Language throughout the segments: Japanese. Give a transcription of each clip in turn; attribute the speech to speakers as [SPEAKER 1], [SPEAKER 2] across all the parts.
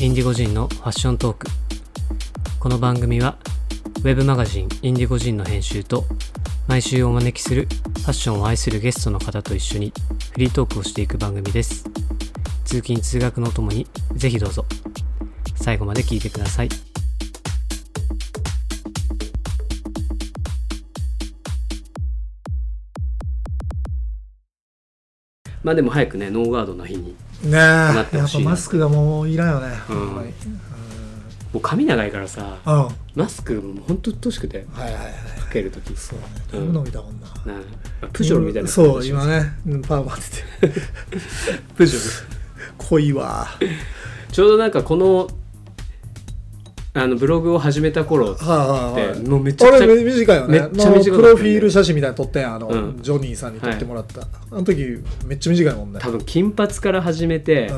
[SPEAKER 1] インディゴ人のファッショントークこの番組はウェブマガジンインディゴ人の編集と毎週お招きするファッションを愛するゲストの方と一緒にフリートークをしていく番組です通勤通学のともにぜひどうぞ最後まで聞いてくださいまあでも早くねノーガードな日に
[SPEAKER 2] ねえ
[SPEAKER 1] な
[SPEAKER 2] や
[SPEAKER 1] ってほ
[SPEAKER 2] っ
[SPEAKER 1] しい
[SPEAKER 2] ぱマスクがもういらんよね、
[SPEAKER 1] うん
[SPEAKER 2] ほんまに
[SPEAKER 1] もう髪長いからさ
[SPEAKER 2] うんはい
[SPEAKER 1] マスクも本当うっとうしくて
[SPEAKER 2] はいはい
[SPEAKER 1] かけるときな
[SPEAKER 2] そうね
[SPEAKER 1] う
[SPEAKER 2] 飲
[SPEAKER 1] ん
[SPEAKER 2] むのみたもんな
[SPEAKER 1] あプジョルみたいな感じ
[SPEAKER 2] そう今ねうんパーマってて
[SPEAKER 1] プジョル
[SPEAKER 2] 濃い わは
[SPEAKER 1] ちょうどなんかこのあのブログを始めた頃っ
[SPEAKER 2] い
[SPEAKER 1] て
[SPEAKER 2] はいはい
[SPEAKER 1] もうめちゃ
[SPEAKER 2] あ
[SPEAKER 1] くちゃ
[SPEAKER 2] れ短いよね
[SPEAKER 1] めっちゃ短かったよね
[SPEAKER 2] あのプロフィール写真みたいなの撮ってんあの、
[SPEAKER 1] うん
[SPEAKER 2] ジョニーさんに撮ってもらった、あの時めっちゃ短いもんね
[SPEAKER 1] 多分金髪から始めて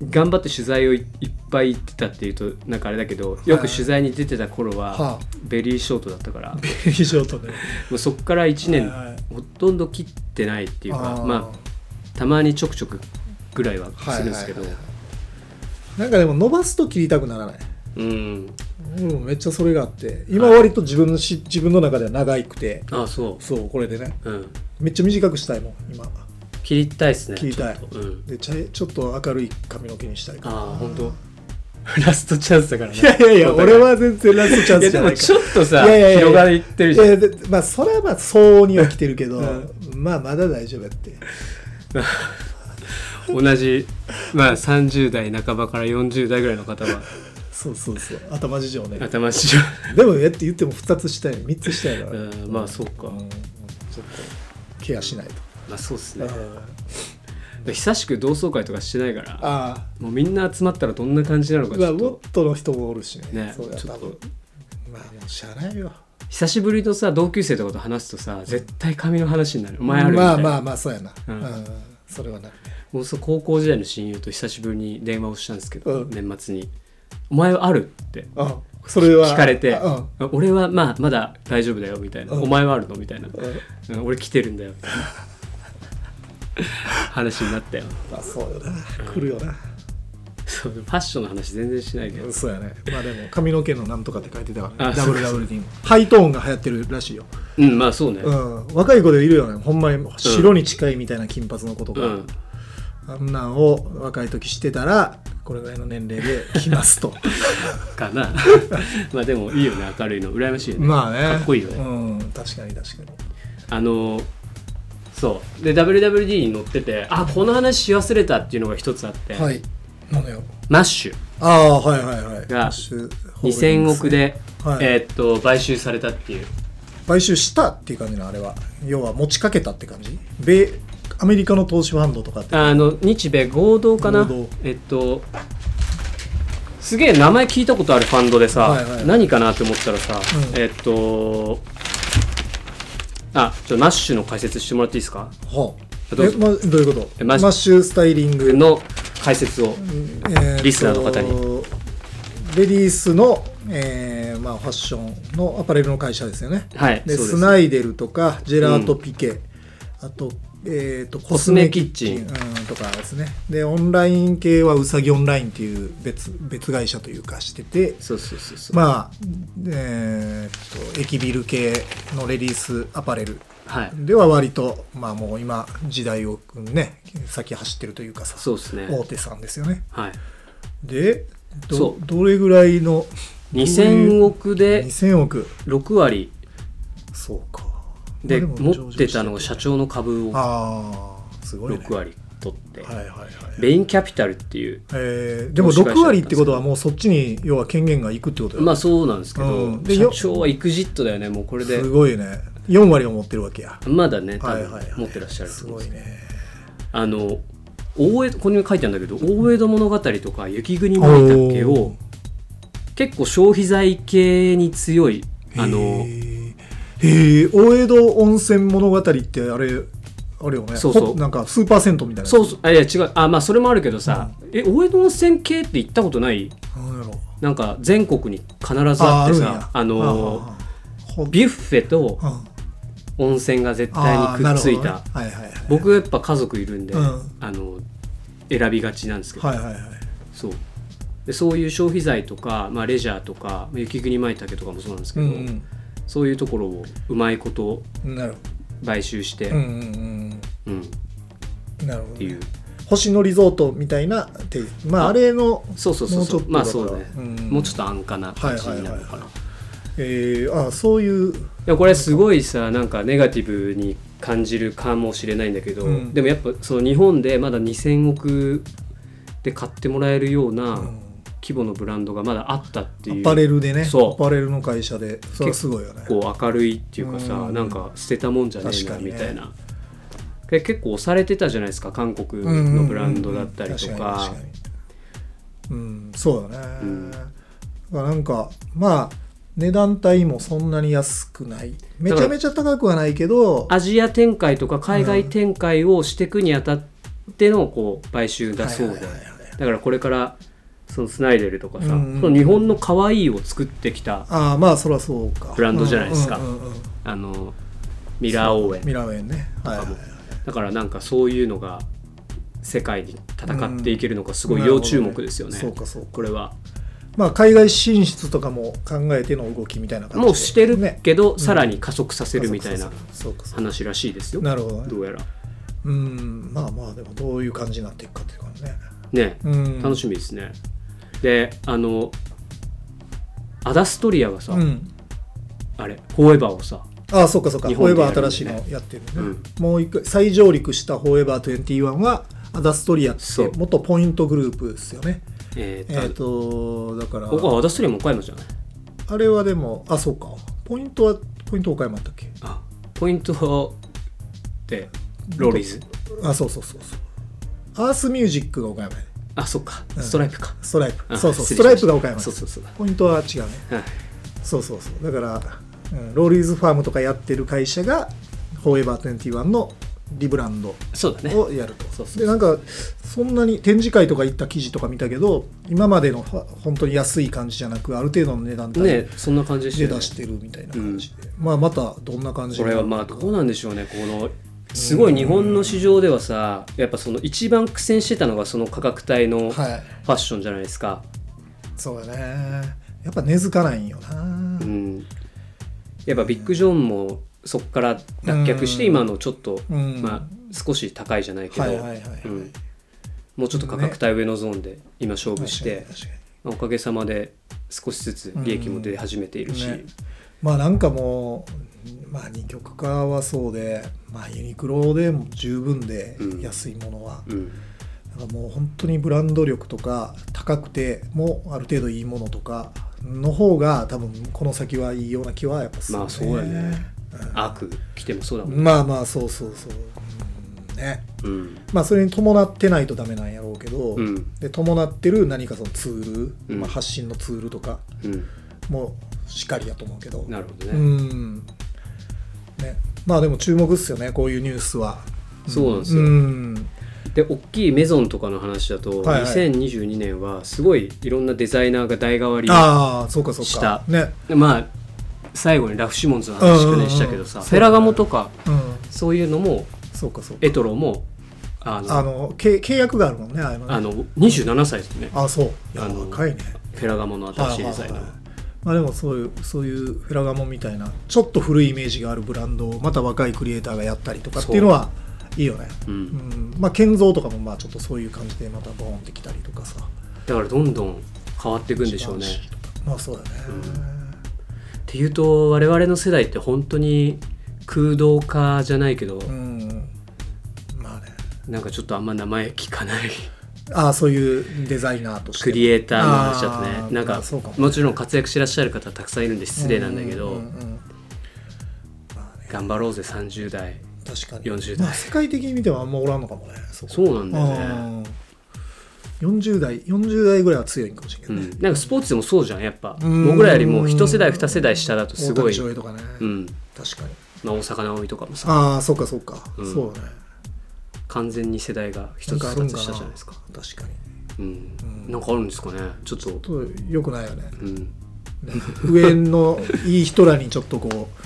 [SPEAKER 2] うん、
[SPEAKER 1] 頑張って取材をいいっぱい行ってたっていうとなんかあれだけどよく取材に出てた頃は
[SPEAKER 2] はあ
[SPEAKER 1] ベリーショートだったからも
[SPEAKER 2] ベリーショートで
[SPEAKER 1] うそっから1
[SPEAKER 2] はいは
[SPEAKER 1] 年
[SPEAKER 2] い
[SPEAKER 1] ほとんど切ってないっていうか
[SPEAKER 2] ー
[SPEAKER 1] まあたまにちょくちょくぐらいはするんですけど
[SPEAKER 2] はいはいなんかでも伸ばすと切りたくならない
[SPEAKER 1] うん
[SPEAKER 2] うん、めっちゃそれがあって今割と自分のし、自分の中では長いくて
[SPEAKER 1] あそ
[SPEAKER 2] そうこれでね
[SPEAKER 1] ううん
[SPEAKER 2] めっちゃ短くしたいもん今
[SPEAKER 1] 切りたいっすね
[SPEAKER 2] 切りたい
[SPEAKER 1] ちょっとうん
[SPEAKER 2] でちゃちょっと明るい髪の毛にしたいから
[SPEAKER 1] ああ本当。ラストチャンスだからね
[SPEAKER 2] いやいやいや俺は全然ラストチャン
[SPEAKER 1] いや
[SPEAKER 2] スじ
[SPEAKER 1] で
[SPEAKER 2] ゃな
[SPEAKER 1] も
[SPEAKER 2] いか
[SPEAKER 1] ちょっとさ
[SPEAKER 2] いやいやいや
[SPEAKER 1] 広がりいってる
[SPEAKER 2] ら
[SPEAKER 1] じゃん
[SPEAKER 2] いやでまあそれはまあ相応には来てるけど、
[SPEAKER 1] ん
[SPEAKER 2] まあまだ大丈夫やって
[SPEAKER 1] 同じまあ30代半ばから40代ぐらいの方は
[SPEAKER 2] そうそうそう頭事情ね
[SPEAKER 1] 頭し上
[SPEAKER 2] でもやって言っても2つしたい3つしたいから、
[SPEAKER 1] うんまあそうか
[SPEAKER 2] ん
[SPEAKER 1] そっか
[SPEAKER 2] ケアしないと、
[SPEAKER 1] まあそうっす
[SPEAKER 2] う
[SPEAKER 1] ね
[SPEAKER 2] ん
[SPEAKER 1] 久しく同窓会とかしてないから
[SPEAKER 2] あ
[SPEAKER 1] もうみんな集まったらどんな感じなの
[SPEAKER 2] あ
[SPEAKER 1] かち
[SPEAKER 2] まあ
[SPEAKER 1] ょっ
[SPEAKER 2] も
[SPEAKER 1] と
[SPEAKER 2] っとの人もおるしね
[SPEAKER 1] ね
[SPEAKER 2] それは
[SPEAKER 1] ちょ
[SPEAKER 2] 多
[SPEAKER 1] っと
[SPEAKER 2] 分まあもうしゃあないよ
[SPEAKER 1] 久しぶりのさ同級生とかと話すとさ絶対髪の話になるお前あるみたい
[SPEAKER 2] まあ
[SPEAKER 1] な、
[SPEAKER 2] まあまあそうやな、
[SPEAKER 1] う
[SPEAKER 2] うんんそれはなる
[SPEAKER 1] もうそう高校時代の親友と久しぶりに電話をしたんですけど、
[SPEAKER 2] うん
[SPEAKER 1] 年末に「お前はある?」って
[SPEAKER 2] うんそれは
[SPEAKER 1] 聞かれて
[SPEAKER 2] うん
[SPEAKER 1] 「俺はまあまだ大丈夫だよ」みたいな「
[SPEAKER 2] うん
[SPEAKER 1] お前はあるの?」みたいな「
[SPEAKER 2] うん
[SPEAKER 1] うん俺来てるんだよ」みたい な話になったよ
[SPEAKER 2] まあそうよな来るよな、
[SPEAKER 1] そうファッションの話全然しないけど、
[SPEAKER 2] そうやねまあでも髪の毛のなんとかって書いてたから
[SPEAKER 1] あ
[SPEAKER 2] ね
[SPEAKER 1] そうか
[SPEAKER 2] WWD もハイトーンが流行ってるらしいよ、
[SPEAKER 1] うんまあそうね
[SPEAKER 2] う、
[SPEAKER 1] うん
[SPEAKER 2] 若い子でいるよねほんまに白に近いみたいな金髪の子とか、
[SPEAKER 1] ん
[SPEAKER 2] あんなんを若い時してたらこれぐらいの年齢で来ま すと
[SPEAKER 1] かな まあでもいいよね明るいの羨ましいよね、
[SPEAKER 2] まあね
[SPEAKER 1] かっこいいよね
[SPEAKER 2] うん確かに確かに
[SPEAKER 1] あのそうで WWD に乗っててあこの話し忘れたっていうのが一つあって、
[SPEAKER 2] はいなのよ
[SPEAKER 1] マッシュ
[SPEAKER 2] ああはいはいはい
[SPEAKER 1] が
[SPEAKER 2] マッシュホールディ
[SPEAKER 1] 2000
[SPEAKER 2] ングス
[SPEAKER 1] 億で、
[SPEAKER 2] はい
[SPEAKER 1] えーっと買収されたっていう
[SPEAKER 2] 買収したっていう感じのあれは要は持ちかけたって感じ米アメリカの投資ファンドとかって
[SPEAKER 1] あの日米合同かな
[SPEAKER 2] 合同
[SPEAKER 1] えっとすげえ名前聞いたことあるファンドでさ、
[SPEAKER 2] はいはい
[SPEAKER 1] 何かなって思ったらさ、
[SPEAKER 2] うん
[SPEAKER 1] えっとあちょマッシュの解説してもらっていいですか
[SPEAKER 2] はあ
[SPEAKER 1] どうぞ
[SPEAKER 2] えま、どういうこと
[SPEAKER 1] え
[SPEAKER 2] マ
[SPEAKER 1] マ
[SPEAKER 2] ッ
[SPEAKER 1] ッシュ
[SPEAKER 2] シュスタイリング、
[SPEAKER 1] の解説を
[SPEAKER 2] えーと
[SPEAKER 1] リスナーの方に
[SPEAKER 2] レディースの、えーまあ、ファッションのアパレルの会社ですよね
[SPEAKER 1] はい
[SPEAKER 2] で
[SPEAKER 1] そうです
[SPEAKER 2] スナイデルとかジェラートピケ、あと,、えー、とコスメキッチン
[SPEAKER 1] コ
[SPEAKER 2] うんとかですねでオンライン系はうさぎオンラインっていう別別会社というかしてて
[SPEAKER 1] そうそうそうそう、
[SPEAKER 2] まあえー、と駅ビル系のレディースアパレル
[SPEAKER 1] はい
[SPEAKER 2] では割とまあもう今時代をね先走ってるというかさ
[SPEAKER 1] そうですね
[SPEAKER 2] 大手さんですよね
[SPEAKER 1] はい
[SPEAKER 2] でど
[SPEAKER 1] そ
[SPEAKER 2] どれぐらいの
[SPEAKER 1] 2000億で
[SPEAKER 2] 2000億
[SPEAKER 1] 6割
[SPEAKER 2] そうか
[SPEAKER 1] で
[SPEAKER 2] まあも
[SPEAKER 1] 持ってたのが社長の株を
[SPEAKER 2] ああすごいね
[SPEAKER 1] 6割取って
[SPEAKER 2] はいはいはい
[SPEAKER 1] ベインキャピタルっていう
[SPEAKER 2] えーでも6割ってことはもうそっちに要は権限がいくってことよ、
[SPEAKER 1] まあそうなんですけど、
[SPEAKER 2] うんで
[SPEAKER 1] 社
[SPEAKER 2] よ
[SPEAKER 1] 長はエグジットだよねもうこれです
[SPEAKER 2] ごいね4割を持ってるわけや
[SPEAKER 1] まだね多
[SPEAKER 2] はい
[SPEAKER 1] 分
[SPEAKER 2] はいはい
[SPEAKER 1] 持ってらっしゃる
[SPEAKER 2] す
[SPEAKER 1] と思うん
[SPEAKER 2] ご
[SPEAKER 1] で
[SPEAKER 2] い
[SPEAKER 1] す
[SPEAKER 2] ね
[SPEAKER 1] あの大江戸ここに書いてあるんだけど大江戸物語とか雪国舞茸
[SPEAKER 2] お
[SPEAKER 1] を
[SPEAKER 2] ー
[SPEAKER 1] 結構消費財系に強いあの
[SPEAKER 2] へえへえ大江戸温泉物語ってあれあれよね
[SPEAKER 1] そうそう
[SPEAKER 2] ほなんかスーパー銭湯みたいな
[SPEAKER 1] そううそうあいや違うあまあそれもあるけどさ、え大江戸温泉系って行ったことない
[SPEAKER 2] なんやろ
[SPEAKER 1] なんか全国に必ず
[SPEAKER 2] あ
[SPEAKER 1] あ
[SPEAKER 2] あ
[SPEAKER 1] って
[SPEAKER 2] るん
[SPEAKER 1] さ
[SPEAKER 2] や
[SPEAKER 1] あの
[SPEAKER 2] ああほ
[SPEAKER 1] ビュッフェと
[SPEAKER 2] うんあ
[SPEAKER 1] 温泉が絶対
[SPEAKER 2] あ
[SPEAKER 1] にくっついた、
[SPEAKER 2] なるほどねはいはいはい
[SPEAKER 1] 僕やっぱ家族いるんで、
[SPEAKER 2] うん
[SPEAKER 1] あの選びがちなんですけど、
[SPEAKER 2] はいはいはい
[SPEAKER 1] そうでそういう消費財とか、まあ、レジャーとかまあ雪国舞茸とかもそうなんですけ
[SPEAKER 2] う
[SPEAKER 1] ど、
[SPEAKER 2] ん
[SPEAKER 1] そういうところをうまいこと
[SPEAKER 2] うんなるほ
[SPEAKER 1] 買収して、
[SPEAKER 2] どうんうん
[SPEAKER 1] うんっ
[SPEAKER 2] うんなるほど
[SPEAKER 1] ていう
[SPEAKER 2] 星野リゾートみたいな提示まあ
[SPEAKER 1] あ
[SPEAKER 2] あれの
[SPEAKER 1] そうそうそうそう
[SPEAKER 2] も
[SPEAKER 1] ま
[SPEAKER 2] う
[SPEAKER 1] あ
[SPEAKER 2] ちょっ
[SPEAKER 1] そう
[SPEAKER 2] とだ
[SPEAKER 1] ね
[SPEAKER 2] から、うん
[SPEAKER 1] もうちょっと安価な感じになるのかな、
[SPEAKER 2] はいはいはいはえー、あそういう
[SPEAKER 1] いやこれすごいさなんかネガティブに感じるかもしれないんだけど、
[SPEAKER 2] うん
[SPEAKER 1] でもやっぱその日本でまだ2,000億で買ってもらえるような
[SPEAKER 2] うん
[SPEAKER 1] 規模のブランドがまだあったっていう、
[SPEAKER 2] アパレルでね
[SPEAKER 1] そう
[SPEAKER 2] アパレルの会社でそれはすごいよね
[SPEAKER 1] こう明るいっていうかさ、
[SPEAKER 2] うん
[SPEAKER 1] なんか捨てたもんじゃねえ
[SPEAKER 2] 確
[SPEAKER 1] な
[SPEAKER 2] かにね
[SPEAKER 1] みたいな、で結構押されてたじゃないですか韓国のブランドだったりと
[SPEAKER 2] うんうんうん
[SPEAKER 1] か
[SPEAKER 2] 確かに確かにうんそうだね、
[SPEAKER 1] うん
[SPEAKER 2] だからなんかまあ値段帯もそんなに安くないめちゃめちゃ高くはないけど
[SPEAKER 1] アジア展開とか海外展開をしていくにあたってのこう買収だそう
[SPEAKER 2] はい
[SPEAKER 1] で
[SPEAKER 2] はいはいはい
[SPEAKER 1] だからこれからそのスナイデルとかさ、
[SPEAKER 2] うんうん
[SPEAKER 1] その日本の可愛いを作ってきた
[SPEAKER 2] ああまあそりゃそうか
[SPEAKER 1] ブランドじゃないですか
[SPEAKER 2] うんうんうんうん
[SPEAKER 1] あのミラー応援
[SPEAKER 2] ミラーウェンねはいはいはい
[SPEAKER 1] だからなんかそういうのが世界に戦っていけるのかすごい
[SPEAKER 2] なるほ
[SPEAKER 1] 要
[SPEAKER 2] ど
[SPEAKER 1] 注目ですよね,、
[SPEAKER 2] そうかそうか
[SPEAKER 1] これは
[SPEAKER 2] まあ海外進出とかも考えての動きみたいな感じで
[SPEAKER 1] もうしてる
[SPEAKER 2] ね
[SPEAKER 1] けど、さらに加速させるみたいな
[SPEAKER 2] あそうかそうかそうかそうか
[SPEAKER 1] 話らしいですよ
[SPEAKER 2] なるほどね
[SPEAKER 1] どうやら
[SPEAKER 2] うんまあまあでもどういう感じになっていくかっていうかね
[SPEAKER 1] ね、
[SPEAKER 2] うん
[SPEAKER 1] 楽しみですねであのアダストリアがさ、
[SPEAKER 2] うん
[SPEAKER 1] あれフォーエバーをさ
[SPEAKER 2] ああそうかそうか、
[SPEAKER 1] 日
[SPEAKER 2] フォー
[SPEAKER 1] 本
[SPEAKER 2] エ
[SPEAKER 1] で
[SPEAKER 2] バ
[SPEAKER 1] や
[SPEAKER 2] ー
[SPEAKER 1] るんでね
[SPEAKER 2] 新しいのやってるね、もう一回再上陸したフォーエバー21はアダストリアって
[SPEAKER 1] そう
[SPEAKER 2] 元ポイントグループですよね
[SPEAKER 1] え
[SPEAKER 2] えっ、
[SPEAKER 1] ーと
[SPEAKER 2] とだから
[SPEAKER 1] ここはアダストリアも岡山じゃない
[SPEAKER 2] あれはでもあそうかポイントはポイント岡山だったっけ
[SPEAKER 1] あポイントってローリーズ
[SPEAKER 2] あそうそうそうそうアースミュージックが岡山やね
[SPEAKER 1] あそっか
[SPEAKER 2] ん
[SPEAKER 1] ストライプか、
[SPEAKER 2] ストライプ
[SPEAKER 1] あ
[SPEAKER 2] そうそう
[SPEAKER 1] 失
[SPEAKER 2] ス
[SPEAKER 1] 礼
[SPEAKER 2] ト
[SPEAKER 1] し
[SPEAKER 2] ラ
[SPEAKER 1] ました
[SPEAKER 2] イプが岡山
[SPEAKER 1] そうそうそう
[SPEAKER 2] ポイントは違うね
[SPEAKER 1] はい
[SPEAKER 2] そうそうそうだから、うんローリーズファームとかやってる会社がフォーエバー21のリブランド
[SPEAKER 1] そうだね
[SPEAKER 2] をやると、
[SPEAKER 1] そうそうそう
[SPEAKER 2] でなんかそんなに展示会とか行った記事とか見たけど今までのほ本当に安い感じじゃなくある程度の値段帯
[SPEAKER 1] ね
[SPEAKER 2] で
[SPEAKER 1] そんな感じでした
[SPEAKER 2] 出
[SPEAKER 1] よね
[SPEAKER 2] してるみたいな感じで、まあまたどんな感じ
[SPEAKER 1] こ
[SPEAKER 2] に
[SPEAKER 1] れ
[SPEAKER 2] な
[SPEAKER 1] は
[SPEAKER 2] るの
[SPEAKER 1] まあ
[SPEAKER 2] か
[SPEAKER 1] どうなんでしょうねこのすごい日本の市場ではさやっぱその一番苦戦してたのがその価格帯のファ
[SPEAKER 2] はい
[SPEAKER 1] ッションじゃないですか、
[SPEAKER 2] そうだねやっぱ根付かないんよな
[SPEAKER 1] うん、やっぱビッグジョンもそこから脱却して
[SPEAKER 2] うん
[SPEAKER 1] 今のちょっと、
[SPEAKER 2] うん
[SPEAKER 1] まあ、少し高いじゃないけど、
[SPEAKER 2] はいはいはいはい
[SPEAKER 1] うんもうちょっと価格帯上のゾーンで今勝負して、
[SPEAKER 2] 確かに確かに
[SPEAKER 1] まあおかげさまで少しずつ利益も出始めているし、
[SPEAKER 2] ねまあなんかもう、まあ、二極化はそうで、まあ、ユニクロでも十分で
[SPEAKER 1] うん
[SPEAKER 2] 安いものは、
[SPEAKER 1] うん
[SPEAKER 2] なんかもう本当にブランド力とか高くてもうある程度いいものとかの方が多分この先はいいような気はやっぱする
[SPEAKER 1] まあそうやね、
[SPEAKER 2] うん
[SPEAKER 1] アーク来てもそうだもん、
[SPEAKER 2] まあまあそうそうそう、うんね
[SPEAKER 1] うん
[SPEAKER 2] まあそれに伴ってないとダメなんやろうけど、
[SPEAKER 1] うん
[SPEAKER 2] で伴ってる何かそのツール、
[SPEAKER 1] うん
[SPEAKER 2] まあ、発信のツールとか
[SPEAKER 1] うん、
[SPEAKER 2] もしっかりやと思うけど
[SPEAKER 1] なるほどね、
[SPEAKER 2] うんね、まあでも注目っすよねこういうニュースは
[SPEAKER 1] そうなんですよ
[SPEAKER 2] うん
[SPEAKER 1] で大きいメゾンとかの話だと、
[SPEAKER 2] はいはい
[SPEAKER 1] 2022年はすごいいろんなデザイナーが代替わり
[SPEAKER 2] ああそうかそうか
[SPEAKER 1] した
[SPEAKER 2] ね
[SPEAKER 1] でまあ最後にラフ・シモンズの話去年したけどさ、
[SPEAKER 2] うんうんうん
[SPEAKER 1] フェラガモとか
[SPEAKER 2] うん
[SPEAKER 1] そういうのも
[SPEAKER 2] そうかそうか
[SPEAKER 1] エトロもあの
[SPEAKER 2] あ
[SPEAKER 1] あ
[SPEAKER 2] のけ契約があるもんねあのね
[SPEAKER 1] の27歳ですね
[SPEAKER 2] あそういや
[SPEAKER 1] あの
[SPEAKER 2] 若いね
[SPEAKER 1] フェラガモの新しいデザイナー、
[SPEAKER 2] はいはいはいまあでもそういうそういうフェラガモみたいなちょっと古いイメージがあるブランドをまた若いクリエイターがやったりとかっていうのはいいよね
[SPEAKER 1] うん
[SPEAKER 2] うんまあ建造とかもまあちょっとそういう感じでまたボーンってきたりとかさ
[SPEAKER 1] だからどんどん変わっていくんでしょうね
[SPEAKER 2] 一番好きとかまあそうだね、
[SPEAKER 1] っていうと我々の世代って本当に空洞化じゃないけど、
[SPEAKER 2] うんまあね
[SPEAKER 1] なんかちょっとあんま名前聞かない
[SPEAKER 2] ああそういうデザイナーとして
[SPEAKER 1] クリエイターの話だと
[SPEAKER 2] あ
[SPEAKER 1] ね
[SPEAKER 2] ー
[SPEAKER 1] なん
[SPEAKER 2] ま
[SPEAKER 1] か
[SPEAKER 2] あそうかも
[SPEAKER 1] もちろん活躍してらっしゃる方たくさんいるんで失礼なんだけど、
[SPEAKER 2] うんうんうんまあね
[SPEAKER 1] 頑張ろうぜ30代
[SPEAKER 2] 確かに
[SPEAKER 1] 40代
[SPEAKER 2] まあ世界的に見てもあんまおらんのかもねそこ
[SPEAKER 1] そうなんだよね、
[SPEAKER 2] うん40代40代ぐらいは強いんかもしれ
[SPEAKER 1] う
[SPEAKER 2] ない、ね
[SPEAKER 1] ん、なんかスポーツでもそうじゃんやっぱ
[SPEAKER 2] うん
[SPEAKER 1] 僕らよりも一世代二世代下だとすご
[SPEAKER 2] 大谷
[SPEAKER 1] い、
[SPEAKER 2] 翔平とかね、
[SPEAKER 1] うん
[SPEAKER 2] 確かに
[SPEAKER 1] まあ、大坂なおみとかもさ
[SPEAKER 2] ああそうかそうか、
[SPEAKER 1] うん
[SPEAKER 2] そうだね
[SPEAKER 1] 完全に世代が一
[SPEAKER 2] なん
[SPEAKER 1] つ
[SPEAKER 2] かある
[SPEAKER 1] 二
[SPEAKER 2] ん
[SPEAKER 1] つ
[SPEAKER 2] かな
[SPEAKER 1] 下じゃないですか
[SPEAKER 2] 確かに
[SPEAKER 1] うん
[SPEAKER 2] うん
[SPEAKER 1] なんかあるんですかねちょっと
[SPEAKER 2] ちょっとよくないよね
[SPEAKER 1] うん
[SPEAKER 2] ね上のいい人らにちょっとこう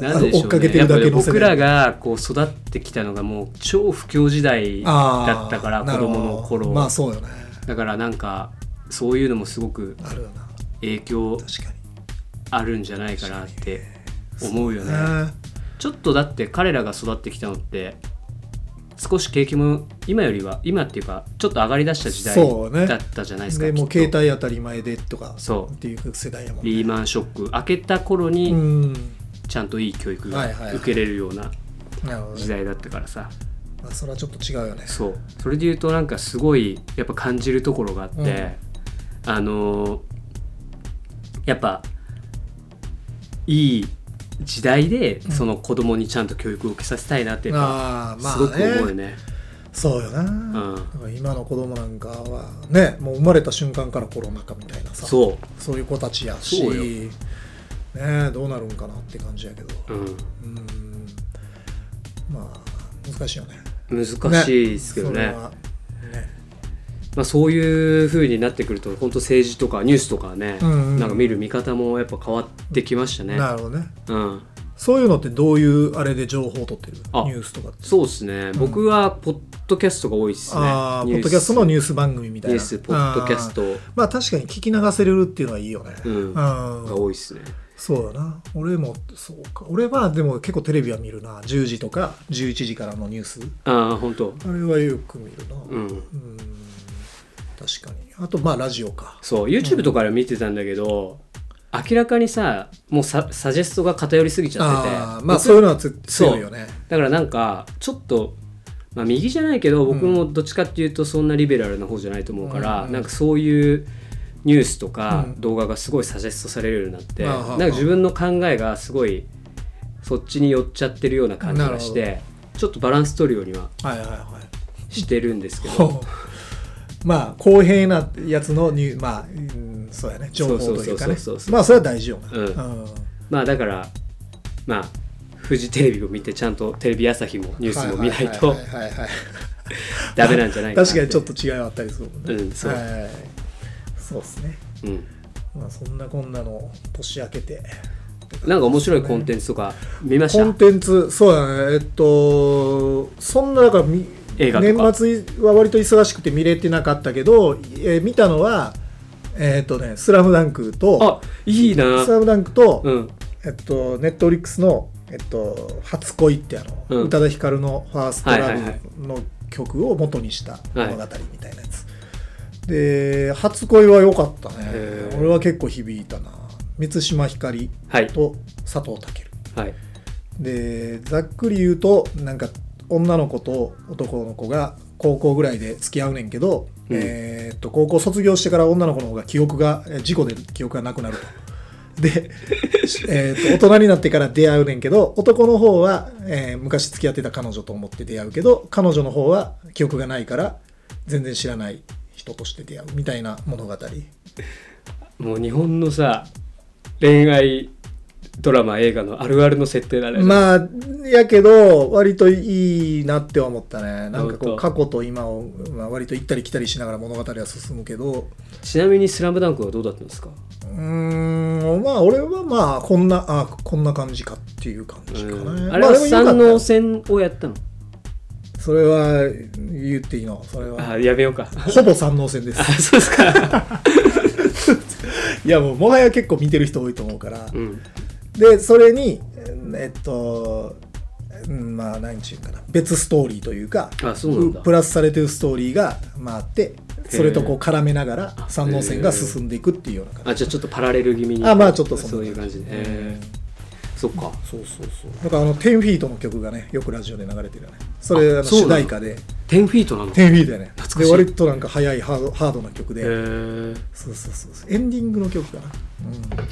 [SPEAKER 1] なんでしょうね
[SPEAKER 2] 追っかけてるだ
[SPEAKER 1] やっぱ
[SPEAKER 2] けの
[SPEAKER 1] り
[SPEAKER 2] 世
[SPEAKER 1] 僕
[SPEAKER 2] 代
[SPEAKER 1] らがこう育ってきたのがもう超不況時代
[SPEAKER 2] あー
[SPEAKER 1] だったから
[SPEAKER 2] な
[SPEAKER 1] 子
[SPEAKER 2] るほ
[SPEAKER 1] 供
[SPEAKER 2] ど
[SPEAKER 1] の頃、
[SPEAKER 2] まあそうよね
[SPEAKER 1] だからなんかそういうのもすごく
[SPEAKER 2] あるよな
[SPEAKER 1] 影響
[SPEAKER 2] 確かに
[SPEAKER 1] あるんじゃないかなって思うよね
[SPEAKER 2] ね
[SPEAKER 1] ちょっとだって彼らが育ってきたのって少し景気も今よりは今っていうかちょっと上がりだした時
[SPEAKER 2] そうね
[SPEAKER 1] 代だったじゃないですか、
[SPEAKER 2] でもう
[SPEAKER 1] きっ
[SPEAKER 2] 携
[SPEAKER 1] と
[SPEAKER 2] 帯当たり前でとか
[SPEAKER 1] そう
[SPEAKER 2] っていう世代やもんね
[SPEAKER 1] リーマンショック開けた頃
[SPEAKER 2] う
[SPEAKER 1] に
[SPEAKER 2] ん
[SPEAKER 1] ちゃんといい教育
[SPEAKER 2] はいはいは
[SPEAKER 1] が
[SPEAKER 2] い
[SPEAKER 1] 受けれるような
[SPEAKER 2] なるほど
[SPEAKER 1] 時
[SPEAKER 2] ね
[SPEAKER 1] 代だったからさ
[SPEAKER 2] まあそれはちょっと違うよね
[SPEAKER 1] そうそれで言うとなんかすごいやっぱ感じるところがあって、あのーやっぱいい時代でその子供にちゃんと教育を受けさせたいなってやっぱ
[SPEAKER 2] ああます
[SPEAKER 1] ごく
[SPEAKER 2] あ
[SPEAKER 1] 思うよ
[SPEAKER 2] ね
[SPEAKER 1] ね。
[SPEAKER 2] そうよな
[SPEAKER 1] うん
[SPEAKER 2] だから今の子供なんかはねもう生まれた瞬間からコロナ禍みたいなさ
[SPEAKER 1] そ
[SPEAKER 2] そういう子たちやし
[SPEAKER 1] そうよ
[SPEAKER 2] ねえどうなるんかなって感じやけど
[SPEAKER 1] う、うん、
[SPEAKER 2] うんまあ難しいよね
[SPEAKER 1] 難しいですけど
[SPEAKER 2] それ
[SPEAKER 1] ね
[SPEAKER 2] はね
[SPEAKER 1] まあ、そういう風になってくると本当政治とかニュースとかね、
[SPEAKER 2] うんうん
[SPEAKER 1] なんか見る見方もやっぱ変わってきましたね。
[SPEAKER 2] なるほどね
[SPEAKER 1] うん、
[SPEAKER 2] そういうのってどういうあれで情報を取ってるニ
[SPEAKER 1] あ
[SPEAKER 2] ュースとかって
[SPEAKER 1] そうですね、僕はポッドキャストが多いですね。
[SPEAKER 2] ああポ
[SPEAKER 1] ニュ
[SPEAKER 2] ッ
[SPEAKER 1] ース
[SPEAKER 2] ドキャストのニュース番組みたい
[SPEAKER 1] ニ
[SPEAKER 2] な
[SPEAKER 1] ュースポッドキャスト
[SPEAKER 2] あーまあ確かに聞き流せれるっていうのはいいよね
[SPEAKER 1] うんが
[SPEAKER 2] ん
[SPEAKER 1] 多いですね。
[SPEAKER 2] そうよな俺もそうか俺はでも結構テレビは見るな10時とか11時からのニュース
[SPEAKER 1] ああ本当。
[SPEAKER 2] あれはよく見るな
[SPEAKER 1] う。
[SPEAKER 2] うんん確かにあとまあラジオか
[SPEAKER 1] そう YouTube とかで見てたんだけど、明らかにさもうササジェストが偏りすぎちゃってて
[SPEAKER 2] ああまあそういうのはつ
[SPEAKER 1] そう
[SPEAKER 2] 強いよね
[SPEAKER 1] だからなんかちょっと、まあ、右じゃないけど僕もどっちかっていうとそんなリベラルな方じゃないと思うから、
[SPEAKER 2] うんうん
[SPEAKER 1] なんかそういうニュースとか
[SPEAKER 2] うん
[SPEAKER 1] 動画がすごいサジェストされるようになって、
[SPEAKER 2] あ
[SPEAKER 1] な
[SPEAKER 2] あ
[SPEAKER 1] んか自分の考えがすごいそっちに寄っちゃってるような感じがしてちょっとバランス取るようには
[SPEAKER 2] はいはいはい
[SPEAKER 1] してるんですけど
[SPEAKER 2] ほう まあ公平なやつのニューまあ、うん、そうやね情報というか
[SPEAKER 1] そうそうそ
[SPEAKER 2] ね
[SPEAKER 1] うそうそう
[SPEAKER 2] まあそれは大事よな、
[SPEAKER 1] うん
[SPEAKER 2] うん
[SPEAKER 1] まあだからまあフジテレビを見てちゃんとテレビ朝日もニュースも見ないと
[SPEAKER 2] はははいはいはい
[SPEAKER 1] ダメなんじゃないかな
[SPEAKER 2] 確かにちょっと違いはあったりするもんね、
[SPEAKER 1] うんそう
[SPEAKER 2] はいはいはいそうですね
[SPEAKER 1] うん、
[SPEAKER 2] まあそんなこんなの年明けて
[SPEAKER 1] なんか面白いコンテンツとか見まし
[SPEAKER 2] コ
[SPEAKER 1] た
[SPEAKER 2] ンテンツそうだねえっとそんなだからみ
[SPEAKER 1] 映画とか
[SPEAKER 2] 年末は割と忙しくて見れてなかったけど、えー見たのはえっとね「スラムダンク
[SPEAKER 1] あ
[SPEAKER 2] と
[SPEAKER 1] いい
[SPEAKER 2] 「
[SPEAKER 1] な
[SPEAKER 2] スラムダンクと、
[SPEAKER 1] うん
[SPEAKER 2] えっと、ネットフリックスの、えっと、初恋ってあの、
[SPEAKER 1] うん
[SPEAKER 2] 宇多田ヒカルのファースト
[SPEAKER 1] はい
[SPEAKER 2] ラ
[SPEAKER 1] はいはい
[SPEAKER 2] ブの曲を元にした
[SPEAKER 1] はい
[SPEAKER 2] 物語みたいなやつ。で、初恋は良かった
[SPEAKER 1] へ
[SPEAKER 2] ね
[SPEAKER 1] ー。
[SPEAKER 2] 俺は結構響いたな。満島ひかり
[SPEAKER 1] はい
[SPEAKER 2] と佐藤健。
[SPEAKER 1] はい
[SPEAKER 2] で、ざっくり言うと、なんか女の子と男の子が高校ぐらいで付き合うねんけど、
[SPEAKER 1] うん
[SPEAKER 2] えーっと、高校卒業してから女の子の方が記憶が、え事故で記憶がなくなると。 で、えーと大人になってから出会うねんけど男の方は、えー昔付き合ってた彼女と思って出会うけど彼女の方は記憶がないから全然知らない人として出会うみたいな物語
[SPEAKER 1] もう日本のさ恋愛ドラマ映画のあるあるの設定だね、
[SPEAKER 2] まあやけど割といいなって思ったねなんか
[SPEAKER 1] 本
[SPEAKER 2] こ
[SPEAKER 1] 当
[SPEAKER 2] う過去と今を、まあ、割と行ったり来たりしながら物語は進むけど
[SPEAKER 1] ちなみに「スラムダンクはどうだったんですか
[SPEAKER 2] うーんまあ俺はまあこんなあこんな感じかっていう感じか
[SPEAKER 1] う
[SPEAKER 2] な、
[SPEAKER 1] ん
[SPEAKER 2] ま
[SPEAKER 1] あれは
[SPEAKER 2] でも良かった
[SPEAKER 1] 三能戦をやったの
[SPEAKER 2] それは言っていいのそれは
[SPEAKER 1] あやめようか
[SPEAKER 2] ほぼ三能線です
[SPEAKER 1] あ そうですか
[SPEAKER 2] いやもうもはや結構見てる人多いと思うから、
[SPEAKER 1] うん
[SPEAKER 2] でそれにえっとうんまあ何ちゅうかな別ストーリーというか
[SPEAKER 1] あそうなんだ
[SPEAKER 2] プラスされてるストーリーが、まあ、あってそれとこう絡めながら
[SPEAKER 1] あ
[SPEAKER 2] 三能線が進んでいくっていうような
[SPEAKER 1] あ
[SPEAKER 2] 感
[SPEAKER 1] じ
[SPEAKER 2] じ
[SPEAKER 1] ゃあちょっとパラレル気味に
[SPEAKER 2] あまあちょっと
[SPEAKER 1] そ
[SPEAKER 2] そ
[SPEAKER 1] うんい
[SPEAKER 2] な
[SPEAKER 1] う感じで、
[SPEAKER 2] うん
[SPEAKER 1] えーそっか
[SPEAKER 2] そうそうそうだからあの10フィートの曲がねよくラジオで流れてるよねそれあの
[SPEAKER 1] そうな
[SPEAKER 2] 主
[SPEAKER 1] の
[SPEAKER 2] 題歌で
[SPEAKER 1] 10フィートなのへ
[SPEAKER 2] 10フィートやね
[SPEAKER 1] 懐かしい
[SPEAKER 2] で割となんか速いハードハードな曲で、
[SPEAKER 1] え
[SPEAKER 2] そうそうそうそうエンディングの曲かなうん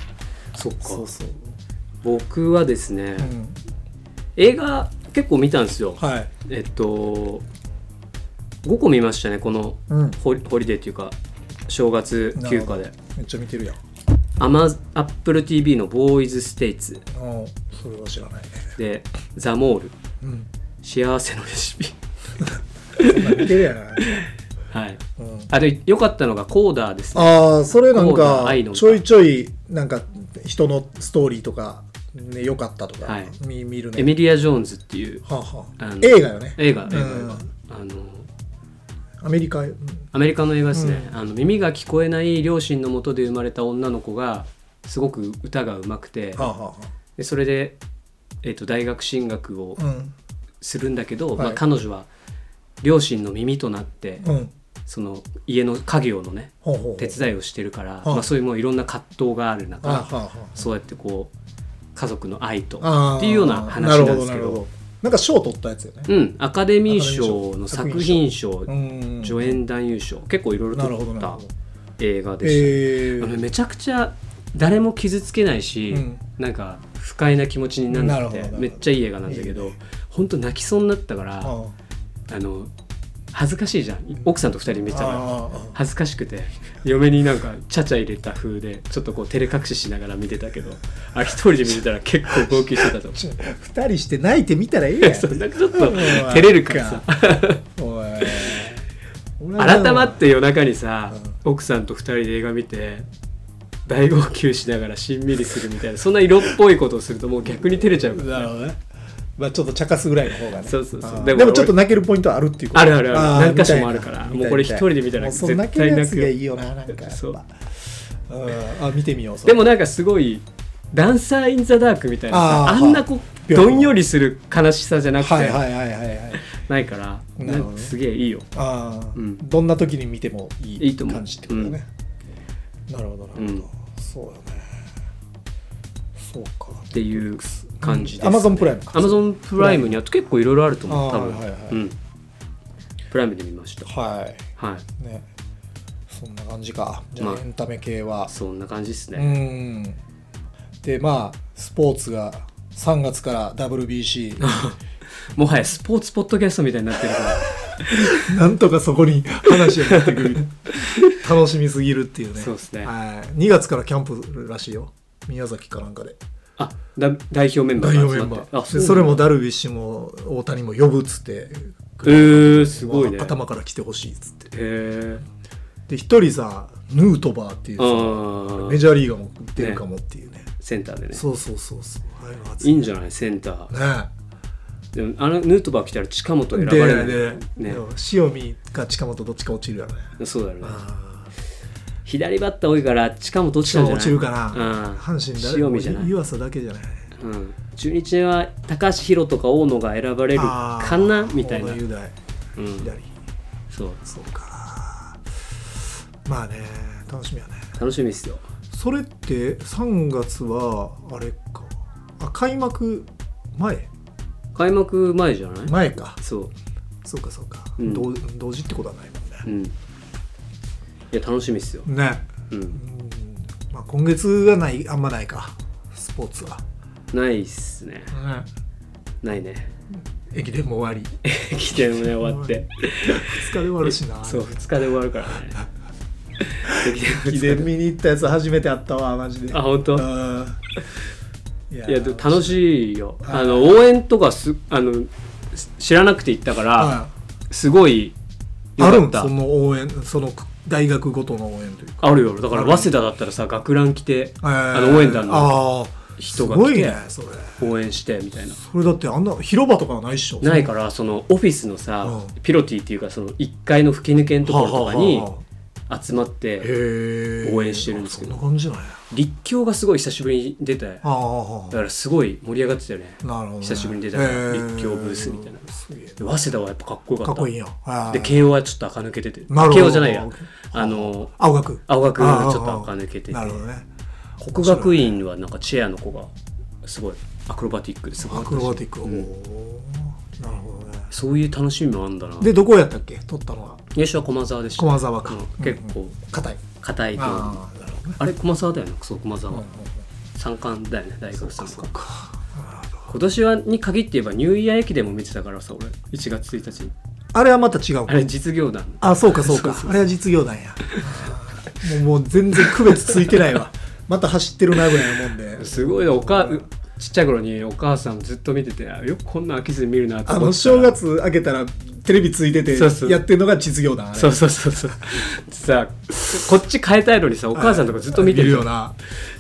[SPEAKER 1] そっか
[SPEAKER 2] そうそう、
[SPEAKER 1] 僕はですね、
[SPEAKER 2] うん、
[SPEAKER 1] 映画結構見たんですよ、
[SPEAKER 2] はい
[SPEAKER 1] えっと5個見ましたねこの
[SPEAKER 2] うん
[SPEAKER 1] ホリホリデーっていうか正月休暇で
[SPEAKER 2] めっちゃ見てるやん
[SPEAKER 1] アマアップル TV の「ボーイズ・ステイツ
[SPEAKER 2] うんそれは知らないね」
[SPEAKER 1] で「ザ・モール
[SPEAKER 2] うん
[SPEAKER 1] 幸せのレシピ
[SPEAKER 2] まあ見てるやな、」
[SPEAKER 1] はい
[SPEAKER 2] うん
[SPEAKER 1] あで良かったのがコーダーですね
[SPEAKER 2] ああそれなん
[SPEAKER 1] コーナー
[SPEAKER 2] か
[SPEAKER 1] 愛の歌
[SPEAKER 2] ちょいちょいなんか人のストーリーとかね良かったとか、
[SPEAKER 1] はい
[SPEAKER 2] 見見る
[SPEAKER 1] エ
[SPEAKER 2] ね
[SPEAKER 1] ミリア・ジョーンズっていう
[SPEAKER 2] はあはあ
[SPEAKER 1] あの
[SPEAKER 2] 映画よね
[SPEAKER 1] 映画映画
[SPEAKER 2] うん
[SPEAKER 1] があの
[SPEAKER 2] アメリカ、うん
[SPEAKER 1] アメリカの映画ですね、あの耳が聞こえない両親のもとで生まれた女の子がすごく歌がうまくて
[SPEAKER 2] はあは
[SPEAKER 1] でそれで、えっと大学進学を
[SPEAKER 2] あはあ
[SPEAKER 1] するんだけど、
[SPEAKER 2] い
[SPEAKER 1] まあ、彼女は両親の耳となって、
[SPEAKER 2] うんうん
[SPEAKER 1] その家の家業のね
[SPEAKER 2] ほうほうほう
[SPEAKER 1] 手伝いをしてるから、
[SPEAKER 2] あ
[SPEAKER 1] まあ、そういうもういろんな葛藤がある中、
[SPEAKER 2] はあはあはあ
[SPEAKER 1] そうやってこう家族の愛と
[SPEAKER 2] あー
[SPEAKER 1] っていうような話なんですけど
[SPEAKER 2] るほるほなんか賞取ったやつよね、
[SPEAKER 1] うん、アカデミー賞の作品賞
[SPEAKER 2] うん
[SPEAKER 1] 助演男優賞結構いろいろ
[SPEAKER 2] なるほど
[SPEAKER 1] 取っ
[SPEAKER 2] な
[SPEAKER 1] た
[SPEAKER 2] るほど
[SPEAKER 1] 映画でし
[SPEAKER 2] え
[SPEAKER 1] た、あの
[SPEAKER 2] ー
[SPEAKER 1] めちゃくちゃ誰も傷つけないし、
[SPEAKER 2] うん
[SPEAKER 1] なんか不快な気持ちにな
[SPEAKER 2] なる
[SPEAKER 1] っ
[SPEAKER 2] ほど
[SPEAKER 1] て
[SPEAKER 2] なるほど
[SPEAKER 1] めっちゃいい映画なんだけど本当泣きそうになったからあ
[SPEAKER 2] あ
[SPEAKER 1] の恥ずかしいじゃん奥さんと二人で見てたから
[SPEAKER 2] ああ
[SPEAKER 1] 恥ずかしくて嫁になんかちゃちゃ入れた風でちょっとこう照れ隠ししながら見てたけどあれ一人で見てたら結構号泣してたと思
[SPEAKER 2] ちょ 二人して泣いてみたらいいや ん
[SPEAKER 1] うそんなちょっと照れるからさ
[SPEAKER 2] おい俺は
[SPEAKER 1] 改まって夜中にさ、奥さんと2人で映画見て大号泣しながらしんみりするみたいなそんな色っぽいことをするともう逆に照れちゃうから
[SPEAKER 2] なるほどねまあちょっと茶化すぐらいの方がね
[SPEAKER 1] そうそうそう
[SPEAKER 2] ああ
[SPEAKER 1] で
[SPEAKER 2] で
[SPEAKER 1] も
[SPEAKER 2] もちょっと泣けるポイントはあるっていうこと
[SPEAKER 1] あるあるある
[SPEAKER 2] ー
[SPEAKER 1] 何箇所も
[SPEAKER 2] みたいな
[SPEAKER 1] あるから
[SPEAKER 2] みたい
[SPEAKER 1] もうこれ一人で見たら
[SPEAKER 2] もうその泣け
[SPEAKER 1] 絶
[SPEAKER 2] る
[SPEAKER 1] 対
[SPEAKER 2] や
[SPEAKER 1] 泣
[SPEAKER 2] つ
[SPEAKER 1] くよ
[SPEAKER 2] がいいよななんかやっぱ
[SPEAKER 1] そう
[SPEAKER 2] うんあ見てみようそれ
[SPEAKER 1] でもなんかすごい「ダンサー・イン・ザ・ダーク」みたいなさ
[SPEAKER 2] あ
[SPEAKER 1] あ
[SPEAKER 2] ー
[SPEAKER 1] んなこう
[SPEAKER 2] 秒
[SPEAKER 1] どんよりする悲しさじゃなくて、
[SPEAKER 2] はいはいはいはいはい
[SPEAKER 1] ないから
[SPEAKER 2] なるほどね
[SPEAKER 1] なんかすげえいいよ、
[SPEAKER 2] ああ、
[SPEAKER 1] うん
[SPEAKER 2] どんな時に見ても
[SPEAKER 1] い
[SPEAKER 2] い
[SPEAKER 1] い
[SPEAKER 2] い
[SPEAKER 1] と思う
[SPEAKER 2] 感じってことだね、なるほどなるほど、
[SPEAKER 1] うん
[SPEAKER 2] そうよねそうか
[SPEAKER 1] っていう感じです、
[SPEAKER 2] うん Amazon プライムか
[SPEAKER 1] アマゾンプライムにあと結構いろいろあると思う多分、
[SPEAKER 2] あーはいはい
[SPEAKER 1] うん、プライムで見ました
[SPEAKER 2] は
[SPEAKER 1] はい
[SPEAKER 2] ねそんな感じかじ
[SPEAKER 1] ま
[SPEAKER 2] ゃあ
[SPEAKER 1] あ、
[SPEAKER 2] エンタメ系はい
[SPEAKER 1] そんな感じですね、
[SPEAKER 2] うんでまあスポーツが3月から WBC
[SPEAKER 1] もはやスポーツポッドキャストみたいになってるから
[SPEAKER 2] なんとかそこに話を持ってくる楽しみすぎるっていうね
[SPEAKER 1] そうですね
[SPEAKER 2] はい2月からキャンプらしいよ宮崎かなんかで
[SPEAKER 1] あだ代表メンバー
[SPEAKER 2] 代
[SPEAKER 1] が
[SPEAKER 2] 表メ
[SPEAKER 1] 集
[SPEAKER 2] ン
[SPEAKER 1] ま
[SPEAKER 2] バ
[SPEAKER 1] って
[SPEAKER 2] ー
[SPEAKER 1] あ
[SPEAKER 2] でそれも
[SPEAKER 1] だ
[SPEAKER 2] ダルビッシュも大谷も呼ぶっつって
[SPEAKER 1] えー、すごいね
[SPEAKER 2] 頭から来てほしいっつって
[SPEAKER 1] へえ
[SPEAKER 2] で一人さヌートバーっていう
[SPEAKER 1] あ
[SPEAKER 2] さ
[SPEAKER 1] ー
[SPEAKER 2] メジャーリーガーも出るかもっていうね
[SPEAKER 1] センターでね
[SPEAKER 2] そうそうそうそうああいうの初
[SPEAKER 1] いいんじゃないセンター
[SPEAKER 2] ね
[SPEAKER 1] でもあのヌートバー来たら近本選ば
[SPEAKER 2] で
[SPEAKER 1] れない
[SPEAKER 2] で、
[SPEAKER 1] ね
[SPEAKER 2] でも塩見か近本どっちか落ちるやろね
[SPEAKER 1] そうだよね
[SPEAKER 2] あ
[SPEAKER 1] 左バッター多いから近本落ち
[SPEAKER 2] ー
[SPEAKER 1] たんじゃない
[SPEAKER 2] 落ちるかな、
[SPEAKER 1] うん、
[SPEAKER 2] 阪神
[SPEAKER 1] 塩見じゃない
[SPEAKER 2] 湯浅だけじゃない
[SPEAKER 1] うん、中日は高橋宏とか大野が選ばれる
[SPEAKER 2] あー
[SPEAKER 1] かなみたいな、
[SPEAKER 2] 大
[SPEAKER 1] う
[SPEAKER 2] 野雄大
[SPEAKER 1] ん、
[SPEAKER 2] 左
[SPEAKER 1] そう
[SPEAKER 2] そうかまあね楽しみやね
[SPEAKER 1] 楽しみですよ
[SPEAKER 2] それって3月はあれかあ開幕前
[SPEAKER 1] 開幕前じゃない、
[SPEAKER 2] 前か
[SPEAKER 1] そう
[SPEAKER 2] そうかそうか、
[SPEAKER 1] うん
[SPEAKER 2] 同同時ってことはないもんね
[SPEAKER 1] うんいや楽しみですよ、
[SPEAKER 2] ね、
[SPEAKER 1] うん、
[SPEAKER 2] うんまあ、今月がないあんまないかスポーツは、
[SPEAKER 1] ないっすね
[SPEAKER 2] ね、
[SPEAKER 1] ないね
[SPEAKER 2] 駅伝も終わり
[SPEAKER 1] 駅伝もね終わって
[SPEAKER 2] 2日で終わるしな
[SPEAKER 1] そう2日で終わる からね駅伝も二
[SPEAKER 2] 駅
[SPEAKER 1] 日で
[SPEAKER 2] 伝見に行ったやつ初めてあったわマジで
[SPEAKER 1] あ本当
[SPEAKER 2] うんい
[SPEAKER 1] いやでも楽
[SPEAKER 2] い
[SPEAKER 1] しいよ
[SPEAKER 2] はい
[SPEAKER 1] あの応援とかすあのし知らなくて行ったから
[SPEAKER 2] あ
[SPEAKER 1] すごい良
[SPEAKER 2] ある
[SPEAKER 1] か
[SPEAKER 2] ん
[SPEAKER 1] った
[SPEAKER 2] だその応援その大学ごとの応援というか
[SPEAKER 1] あるよだから
[SPEAKER 2] ある
[SPEAKER 1] 早稲田だったらさ学ラン来てあ
[SPEAKER 2] え
[SPEAKER 1] の
[SPEAKER 2] ー
[SPEAKER 1] 応援団の
[SPEAKER 2] あー
[SPEAKER 1] 人が
[SPEAKER 2] すご
[SPEAKER 1] 来
[SPEAKER 2] い
[SPEAKER 1] て
[SPEAKER 2] ねそれ
[SPEAKER 1] 応援してみたいな
[SPEAKER 2] それだってあんな広場とかはないっしょ
[SPEAKER 1] ないからそのオフィスのさ
[SPEAKER 2] うん
[SPEAKER 1] ピロティっていうかその1階の吹き抜けのところとかに
[SPEAKER 2] はあはあは
[SPEAKER 1] 集まっ
[SPEAKER 2] あ
[SPEAKER 1] て
[SPEAKER 2] へえ
[SPEAKER 1] 応援してるんですけど
[SPEAKER 2] そんな感じなんや
[SPEAKER 1] 立教がすごい久しぶりに出て
[SPEAKER 2] ああ
[SPEAKER 1] だからすごい盛り上がってたよね
[SPEAKER 2] なるほどね
[SPEAKER 1] 久しぶりに出たから
[SPEAKER 2] へー
[SPEAKER 1] 立教ブースみたいな
[SPEAKER 2] すげえ
[SPEAKER 1] で早稲田はやっぱかっこよかった
[SPEAKER 2] かっこいいやんあー
[SPEAKER 1] で慶応はちょっと垢抜けてて
[SPEAKER 2] なるほど
[SPEAKER 1] 慶応じゃないやあの
[SPEAKER 2] 青学
[SPEAKER 1] 青学
[SPEAKER 2] あー
[SPEAKER 1] ちょっと垢抜けてて
[SPEAKER 2] なるほどね
[SPEAKER 1] 国学院はなんかチェアの子がすごいアクロバティックですご
[SPEAKER 2] ア
[SPEAKER 1] い
[SPEAKER 2] クロバティック、
[SPEAKER 1] う
[SPEAKER 2] お
[SPEAKER 1] ん
[SPEAKER 2] ーなるほどね
[SPEAKER 1] そういう楽しみもあるんだな
[SPEAKER 2] でどこやったっけ取ったのは
[SPEAKER 1] 優勝は駒沢でした
[SPEAKER 2] 駒沢か
[SPEAKER 1] うん結構
[SPEAKER 2] 硬い
[SPEAKER 1] 硬いとあ
[SPEAKER 2] ああなるほどね
[SPEAKER 1] れ駒沢だよねそう駒沢、
[SPEAKER 2] うん
[SPEAKER 1] 三冠だよね大学三
[SPEAKER 2] そう
[SPEAKER 1] 冠
[SPEAKER 2] かなるほど
[SPEAKER 1] 今年はに限って言えばニューイヤー駅伝も見てたからさ俺1月1日に
[SPEAKER 2] あれはまた違う
[SPEAKER 1] あれ実業団
[SPEAKER 2] あそうかそうかあれは実業団やもうもう全然区別ついてないわまた走ってるなぐらいのもんです
[SPEAKER 1] ごいなおかちっちゃい頃にお母さんずっと見ててよくこんな飽きずに見るなって
[SPEAKER 2] あ
[SPEAKER 1] 思
[SPEAKER 2] の
[SPEAKER 1] ってたら
[SPEAKER 2] 正月明けたらテレビついてて
[SPEAKER 1] そうそう
[SPEAKER 2] やってるのが実業団あれ
[SPEAKER 1] そうそうそうそうさこっち変えたいのにさお母さんとかずっと見て
[SPEAKER 2] る
[SPEAKER 1] る
[SPEAKER 2] よな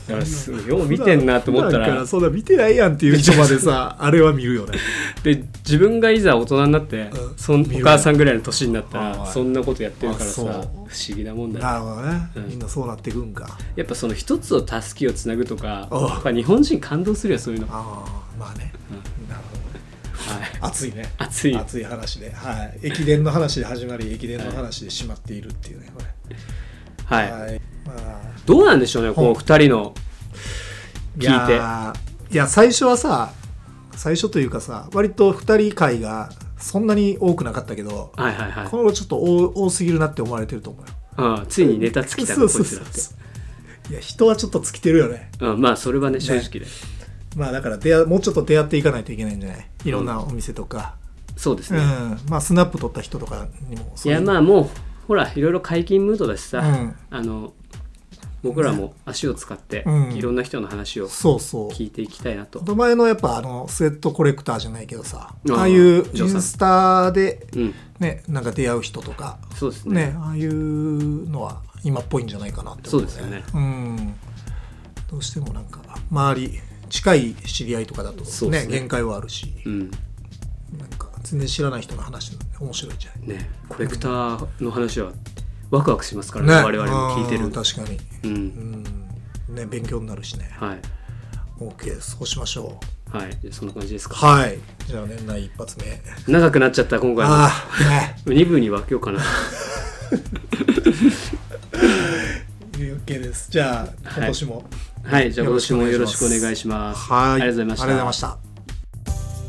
[SPEAKER 1] だからすごいよう見てんなと思った
[SPEAKER 2] 普段かららそんな見て ないやんっていう人までさあれは見るよね
[SPEAKER 1] で自分がいざ大人になって、
[SPEAKER 2] うん
[SPEAKER 1] そんお
[SPEAKER 2] 見る
[SPEAKER 1] 母さんぐらいの年になった
[SPEAKER 2] は
[SPEAKER 1] ら
[SPEAKER 2] い
[SPEAKER 1] そんなことやってるからさ
[SPEAKER 2] あそ
[SPEAKER 1] 不
[SPEAKER 2] う
[SPEAKER 1] 思議なもんだよ
[SPEAKER 2] なるほどね、
[SPEAKER 1] うん
[SPEAKER 2] みんなそうなってくんか
[SPEAKER 1] やっぱその一つを助けをつなぐとか
[SPEAKER 2] ああ
[SPEAKER 1] やっぱ日本人感動するよそういうの、はい、
[SPEAKER 2] ああまあね、なるほど熱いね
[SPEAKER 1] 熱い
[SPEAKER 2] 熱い話で、はい、駅伝の話で始まり駅伝の話でしまっているっていうねこれ
[SPEAKER 1] はい、
[SPEAKER 2] はいまあ
[SPEAKER 1] どうなんでしょうねこの二人の聞いて
[SPEAKER 2] やーいや最初はさ最初というかさ割と2人会がそんなに多くなかったけど
[SPEAKER 1] はいはいはい
[SPEAKER 2] この後ちょっと多多すぎるなって思われてると思うよ
[SPEAKER 1] うん、ついにネタ尽きたのこいつだって
[SPEAKER 2] ていや人はちょっと尽きてるよね
[SPEAKER 1] うん、まあそれはね正直で、
[SPEAKER 2] まあだから出会もうちょっと出会っていかないといけないんじゃないいろんなお店とか、
[SPEAKER 1] そうです
[SPEAKER 2] うん
[SPEAKER 1] ね、
[SPEAKER 2] まあスナップ撮った人とかにも
[SPEAKER 1] いやま
[SPEAKER 2] あ
[SPEAKER 1] あもうほらいろいろ解禁ムードだしさ、
[SPEAKER 2] うん
[SPEAKER 1] あの僕らも足を使って、
[SPEAKER 2] うん
[SPEAKER 1] いろんな人の話を
[SPEAKER 2] そうそう
[SPEAKER 1] 聞いていきたいなと、
[SPEAKER 2] 前のやっぱあのスウェットコレクターじゃないけどさ
[SPEAKER 1] あー
[SPEAKER 2] ああいうイ
[SPEAKER 1] ジョーさん
[SPEAKER 2] ンスタで
[SPEAKER 1] うん、
[SPEAKER 2] ねなんか出会う人とか
[SPEAKER 1] そうですね
[SPEAKER 2] ね、ああいうのは今っぽいんじゃないかなって
[SPEAKER 1] そ
[SPEAKER 2] 思う、
[SPEAKER 1] うですよね
[SPEAKER 2] うん、どうしてもなんか周り近い知り合いとかだと
[SPEAKER 1] そうで
[SPEAKER 2] ね
[SPEAKER 1] すね
[SPEAKER 2] 限界はあるし、
[SPEAKER 1] うん
[SPEAKER 2] なんか全然知らない人の話なんで面白いじゃない
[SPEAKER 1] ねコレクターの話はワクワクしますからね我々も聞いて
[SPEAKER 2] う
[SPEAKER 1] る
[SPEAKER 2] ん確かに、
[SPEAKER 1] う
[SPEAKER 2] うんんね、勉強になるしね
[SPEAKER 1] はい
[SPEAKER 2] OK そうしましょう
[SPEAKER 1] はいじゃあそんな感じですか
[SPEAKER 2] はいじゃあ年内一発目
[SPEAKER 1] 長くなっちゃった今回も
[SPEAKER 2] ああね
[SPEAKER 1] 2部に分けようかな
[SPEAKER 2] OK ですじ
[SPEAKER 1] は
[SPEAKER 2] ゃあ
[SPEAKER 1] い
[SPEAKER 2] 今年も、
[SPEAKER 1] はいじゃあ今年もよ
[SPEAKER 2] よ
[SPEAKER 1] ろ
[SPEAKER 2] ろ
[SPEAKER 1] し
[SPEAKER 2] し
[SPEAKER 1] く
[SPEAKER 2] く
[SPEAKER 1] お
[SPEAKER 2] お
[SPEAKER 1] 願
[SPEAKER 2] 願
[SPEAKER 1] い
[SPEAKER 2] い
[SPEAKER 1] します
[SPEAKER 2] はい
[SPEAKER 1] ありがとうございました
[SPEAKER 2] ありがとうございました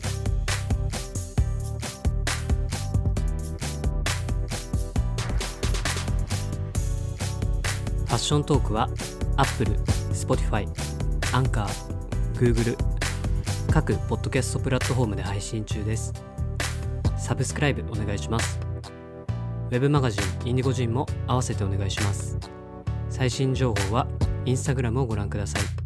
[SPEAKER 1] ファッショントークは Apple、Spotify、Anchor、Google 各ポッドキャストプラットフォームで配信中です。サブスクライブお願いします。ウェブマガジンインディゴジンも合わせてお願いします。最新情報は Instagram をご覧ください。